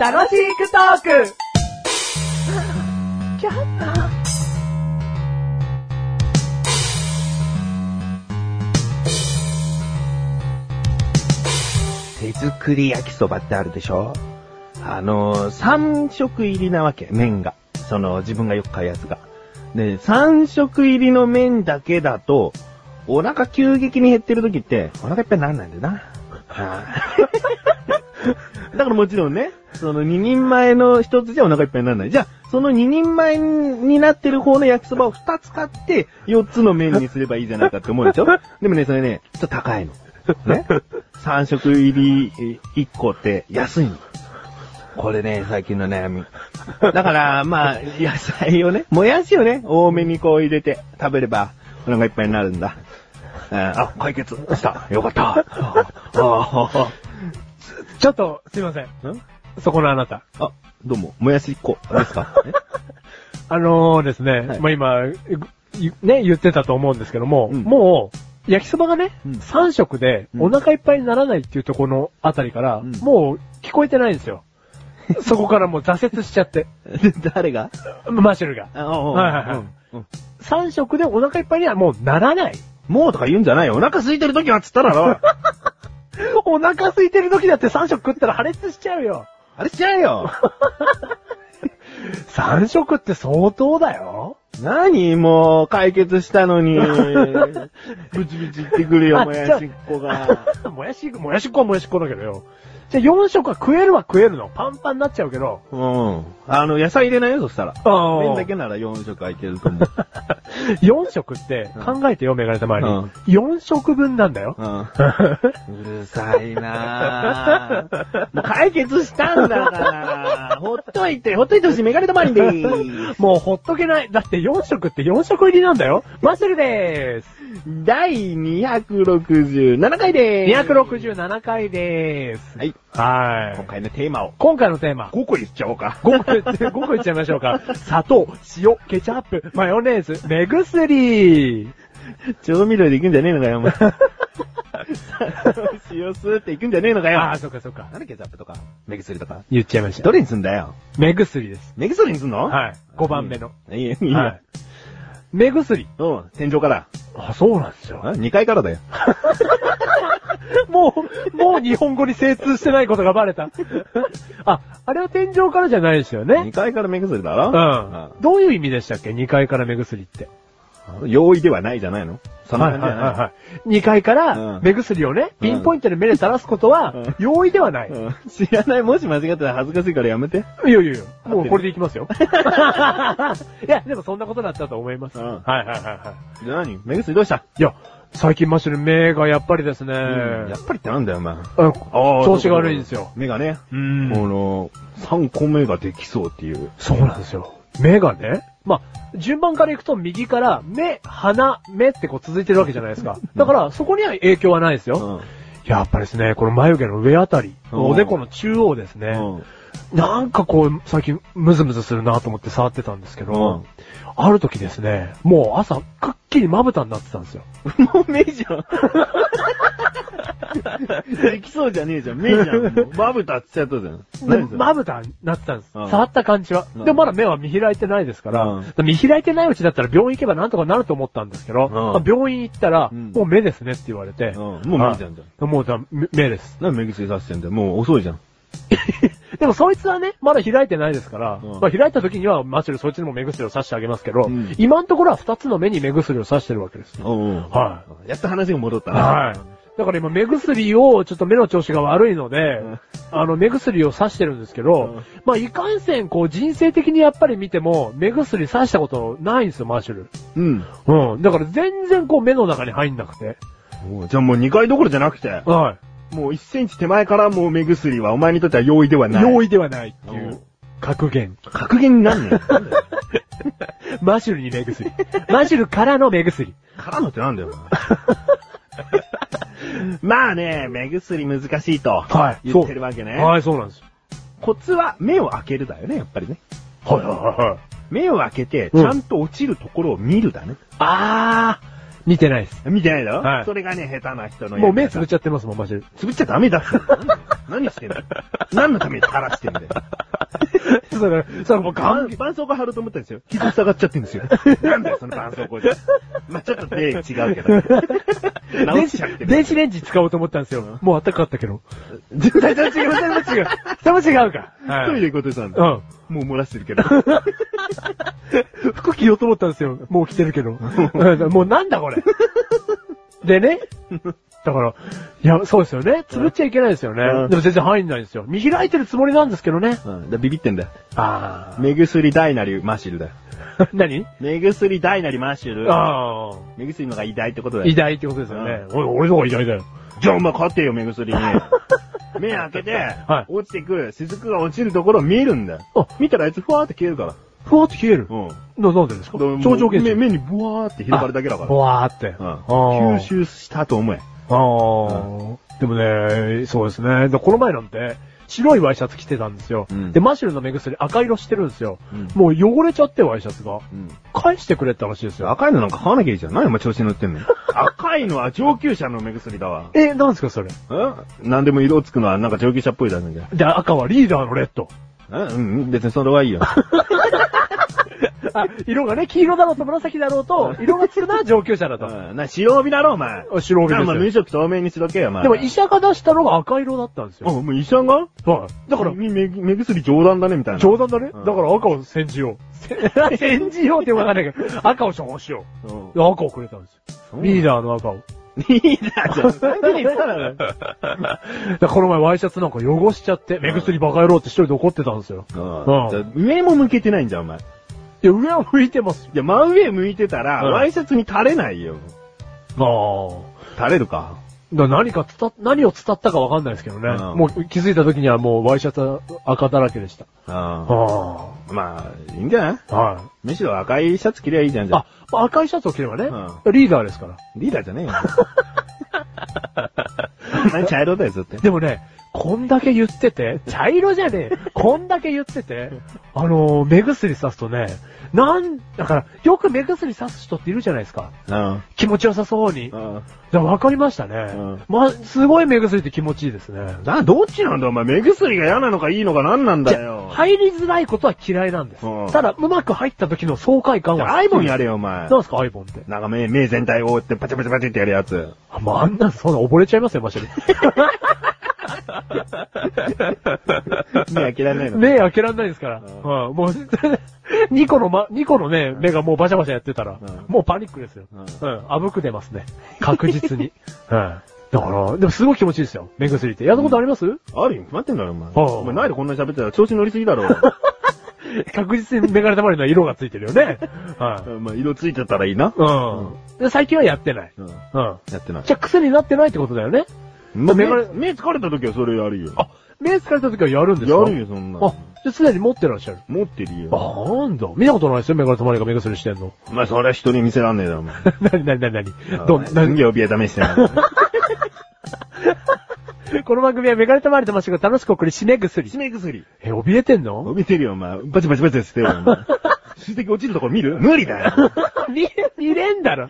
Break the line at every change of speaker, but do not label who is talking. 楽しくトーク
手作り焼きそばってあるでしょあの、3色入りなわけ、麺が。その、自分がよく買うやつが。で、3色入りの麺だけだと、お腹急激に減ってる時って、お腹いっぱいにならないんだよな。だからもちろんね、その2人前の1つじゃお腹いっぱいにならない。じゃあ、その2人前になってる方の焼きそばを2つ買って、4つの麺にすればいいじゃないかって思うでしょでもね、それね、ちょっと高いの。ね ?3 食入り1個って安いの。これね、最近の悩み。だから、まあ、野菜をね、もやしをね、多めにこう入れて食べれば、お腹いっぱいになるんだ。うんあ、解決した。よかった。ああ
ちょっと、すいません。
あん
そこのあなた。
あ、どうも、もやし1個です かえ
あのーですね、
はい
まあ今、いね、言ってたと思うんですけども、
うん
もう、焼きそばがね、
うん
3食で
うん
お腹いっぱいにならないっていうところのあたりから、
うん
もう聞こえてないんで すよ。そこからもう挫折しちゃって、
誰が
マシュルが。
あおう
はいはいはい
うんうん
3食でお腹いっぱいにはもうならない。
もうとか言うんじゃないよ。お腹空いてる時はっつったらな。
お腹空いてる時だって3食食ったら破裂しちゃうよ。
あれしちゃえよ。
3食って相当だよ。
何もう、解決したの に。ブチブチ言ってくるよ、もやしっこが。
もやし、もやしっこはもやしっこだけどよ。じゃあ4食は食えるは食えるの。パンパンになっちゃうけど。
うん。あの、野菜入れないよ、そしたら。
あ
麺だけなら4食はいけると 思う。
4食って考えてよ、メガネたま
うん
に。4食分なんだよ。
うん。うるさいな ぁ。もう解決したんだから。ほっといて、ほっといてほしい、メガネ玉にでーす。
もうほっとけない。だって4食って4食入りなんだよ。マッシュルでーす。
第267回でーす。
267回でーす。
はい。
は
今
い。
回のテーマを
今回のテーマ。
5個言っちゃおうか。
5個、5個いっちゃいましょうか。砂糖、塩、ケチャップ、マヨネーズ、目薬。
調味料でいくんじゃねえのか よ、お前。塩吸っていくんじゃねえのかよ。
ああ、そっかそっか。
なんだケチャップとか、目薬とか。
言っちゃいました
ど。れにすんだよ。
目薬です。
目薬にすんの
はい。5番目の。
い。いいよ、いいよ。
はい。目薬。
うん、天井から。
あ、そうなんですよ
あ2階からだよ。
もう、もう日本語に精通してないことがバレた。あ、あれは天井からじゃないですよ
2
ね。
階から目薬だ
う
ろ
ん。どういう意味でしたっけ ?2 階から目薬って。
うん。容易ではないじゃないのそんな感じじゃない
い。2階か
う
ら
ん
目薬をね、
うん
ピンポイントで目で垂らすことは
うん、
容易ではない。い
うん知らない、もし間違ってたら恥ずかしいからやめて。
やいやいや、もうこれでいきま すよ。いや、でもそんなことだったと思います。
うん
はいはいはいは
じゃあ何目薬どうした、
い。いや、最近マッシュル目がやっぱりですね、
うんやっぱりってなんだよ、お前。
あ
あ
調子が悪いんですよ。
目がね。
う
こ
ん
の、3個目ができそうっていう。
そうなんですよ。目がね、まあ、順番からいくと右から目、鼻、目ってこう続いてるわけじゃないですか。だから、そこには影響はないです
う
よ。
ん。
やっぱりですね、この眉毛の上あたり、
うん
おでこの中央ですね、なんかこう、最近ムズムズするなと思って触ってたんですけ
う
ど、
ん。
ある時ですね、もう朝、くっきりまぶたになってたんですよ。
もう目じゃん。できそうじゃねえじゃん。目じゃん。まぶたっつっちゃったじゃん。何それ
まぶたになってたんです。
うん
触った感じは。
うん
でもまだ目は見開いてないですから、
うん
見開いてないうちだったら病院行けばなんとかなると思ったんですけど、
ん
まあ病院行ったら、
うん
もう目ですねって言われて、
うん。もう目じゃんじゃん。
もうだ目目です。
なんで目薬さしてんだよ。もう遅いじゃん。
でもそいつはね、まだ開いてないですから、
うん
まあ開いた時にはマシュルそいつにも目薬をさしてあげますけど、
うん
今のところは二つの目に目薬をさしてるわけです。
うんうん。。
はい
やっと話が戻ったな。
はい。だから今目薬を、ちょっと目の調子が悪いので、
うん
あの目薬をさしてるんですけど、
うん
まあいかんせんこう人生的にやっぱり見ても目薬さしたことないんですよ、マシュル。
うん。
うん。だから全然こう目の中に入んなくて。
おうじゃあもう2回どころじゃなくて、
は
もう1センチ手前からもう目薬はお前にとっては容易ではない。
容
易。
易ではないって
う
い
ん
う格言。
格言に なんね
マシュルに目 薬。マシュルからの目薬。
え。からのってなんだ よ、 お前まあね、目薬難しいと。
はい
言ってるわけね。
はい、そうなんです。
コツは目を開けるだよね、やっぱりね。
はいはいはいはい。
目を開けて、ち
うん
ゃんと落ちるところを見るだね。
あー、見てないです。
見てないだろ
はい
それがね、下手な人のやり方
もう目つぶっちゃってますもん、マジで。
つぶっちゃダメだって。なんだよ 何してんだよ何のために垂らしてんだよ。
だから、 それもうガン、
絆創膏貼ると思ったんですよ。傷塞がっちゃってんですよ。なんだよ、その絆創膏で。まあちょっとね、違うけ ど。直
電
し
子
ちゃって、る。
電子レンジ使おうと思ったんですよ。もうあったかかったけど。
絶対違う、
違う、
絶
それも違う。それも違うか。
対トイレ行こうとしたんだ。
うん。
もう漏らしてるけど。
服着ようと思ったんですよ。もう着てるけど。 もうなんだこれ。 でね。だから、いや、そうですよね。つぶっちゃいけないですよね。
うん
でも全然入んないんですよ。見開いてるつもりなんですけどね。
うん、だビビってんだよ。
あ
目薬大なりマシルだよ。
あ。 何
目薬大なりマシル。
ああ。
目薬の方が偉大ってことだ
偉
よ。
大ってことですよね。俺、俺の方が偉大だよ。
じゃあお前勝てよ、目薬 に。目開けて、
はい
落ちてくる、雫が落ちるところを見るんだよ。
あ
見たらあいつふわーって消えるから。
ふわって消える。
うん。
な、なんでですか
だ
超常現
目
象。
目にブワーって広がるだけだから。
ふわーって。
うん
あー
吸収したと思え。
ああ、でもね、そうですね。でこの前なんて、白いワイシャツ着てたんですよ。
うん
で、マシュルの目薬赤色してるんですよ。
うん
もう汚れちゃってワイシャツが。返してくれって話ですよ。
赤いのなんか買わなきゃいいじゃん。何お前調子に乗ってんの 赤いのは上級者の目薬だわ。
え、なんですかそれ。
ん何でも色つくのはなんか上級者っぽいだけじゃん。
で、赤はリーダーのレッド。
うん、うん別にそれ はいいよ。
あ、色がね、黄色だろうと紫だろうと、色がつくのは上級者だと。
うんな、白帯だろ、お前。
あ白帯
な
で
ん
す
か
よ
無色透明にしとけよ、お前。
でも医者が出したのが赤色だったんです
あ、
よ。
もう医者が
はい。だ
だ
か
からら、、み目目薬冗談だね、みたいな。
冗談だね。だ
うん
から赤を煎じよ う。煎じようってわかんないけど、赤を処方しよ
うん
う。で赤をくれたんですよ。リーダーの赤を。
リーダーじ ゃん。最初に言ったらね。
だからこの前ワイシャツなんか汚しちゃって、目薬バカ野郎って一人で怒ってたんですよ。
うんじゃあ上も向けてないんじゃん、お前。い
いや、上は向いてますよ。
や、真上向いてたら、
うん
ワイシャツに垂れないよ。
あ
垂れるか。
あ。だから何か伝っ、何を伝ったかわかんないですけどね。
うん
もう気づいた時にはもうワイシャツは赤だらけでした。
あ
あ
あ。まあ、いいんじゃない
あ。は
むしろ赤いシャツ着りゃいいじゃん、
い。
じゃあ
あ、まあ赤いシャツを着ればね、リーダーですから。
リーダーじ ゃねえよ。お前茶色だよ、ずっと。
でもね、こんだけ言ってて、茶色じゃねえ。こんだけ言ってて、あのー目薬さすとね、なん、だから、よく目薬さす人っているじゃないですか。
うん。
気持ちよさそうに。
うん。
じゃあ分かりましたね。
ん
まあ、すごい目薬って気持ちいいですね。
な、どっちなんだお前、目薬が嫌なのかいいのか何なんだよ。い。
入りづらいことは嫌いなんです。
うん
ただ、うまく入った時の爽快感
じゃ
は。
あ、アイボンや
れ。
れよ、お前。
なんすか、アイボンって。
なんか目、目全体を覆ってパチパチパチってやるやつ。
あ、まあ、あんな、そんな溺れちゃいますよ、マジで。
目開けられないの。
目開けられないですから。
うん
うんもう、2個のま、2個のね、目がもうバシャバシャやってたら、
うん
もうパニックですよ。
うん
うん、あぶく出ますね。確実に。 うん。だから、でもすごい気持ちいいですよ。目薬って。やったことあります、
あるよ、決まってんだろ、お前。
ああ
お前、ないでこんなに喋ってたら調子乗りすぎ だろ。
確実にメガネ玉には色がついてるよ ね。は
うんまあ、色ついてたらいいな。
い。うん。で、最近はやってない。
うん。
うん。
やってない。
じゃあ癖になってないってことだよね。
まあ、目
目が、
目疲れた時はそれやるよ。
あ、目疲れた時はやるんですか
やるよ、そんな
あ
の。、
じゃあ常に持ってらっしゃる。
持ってるよ。
あ、なんだ。見たことないですよ、メガネたまりが目薬してん の。
お前、それは人に見せらんねえだろ、お前。
なになになになに どん、な
何げ怯え試してん の
この番組はメガネたまりとマシュが楽しく送り、死ね薬。
締め薬。
え、怯えてんの
怯えてるよ、お前。バチバチバチしてるよ、お前。水滴落ちるところ見る無理だよ。
見、見れんだろ。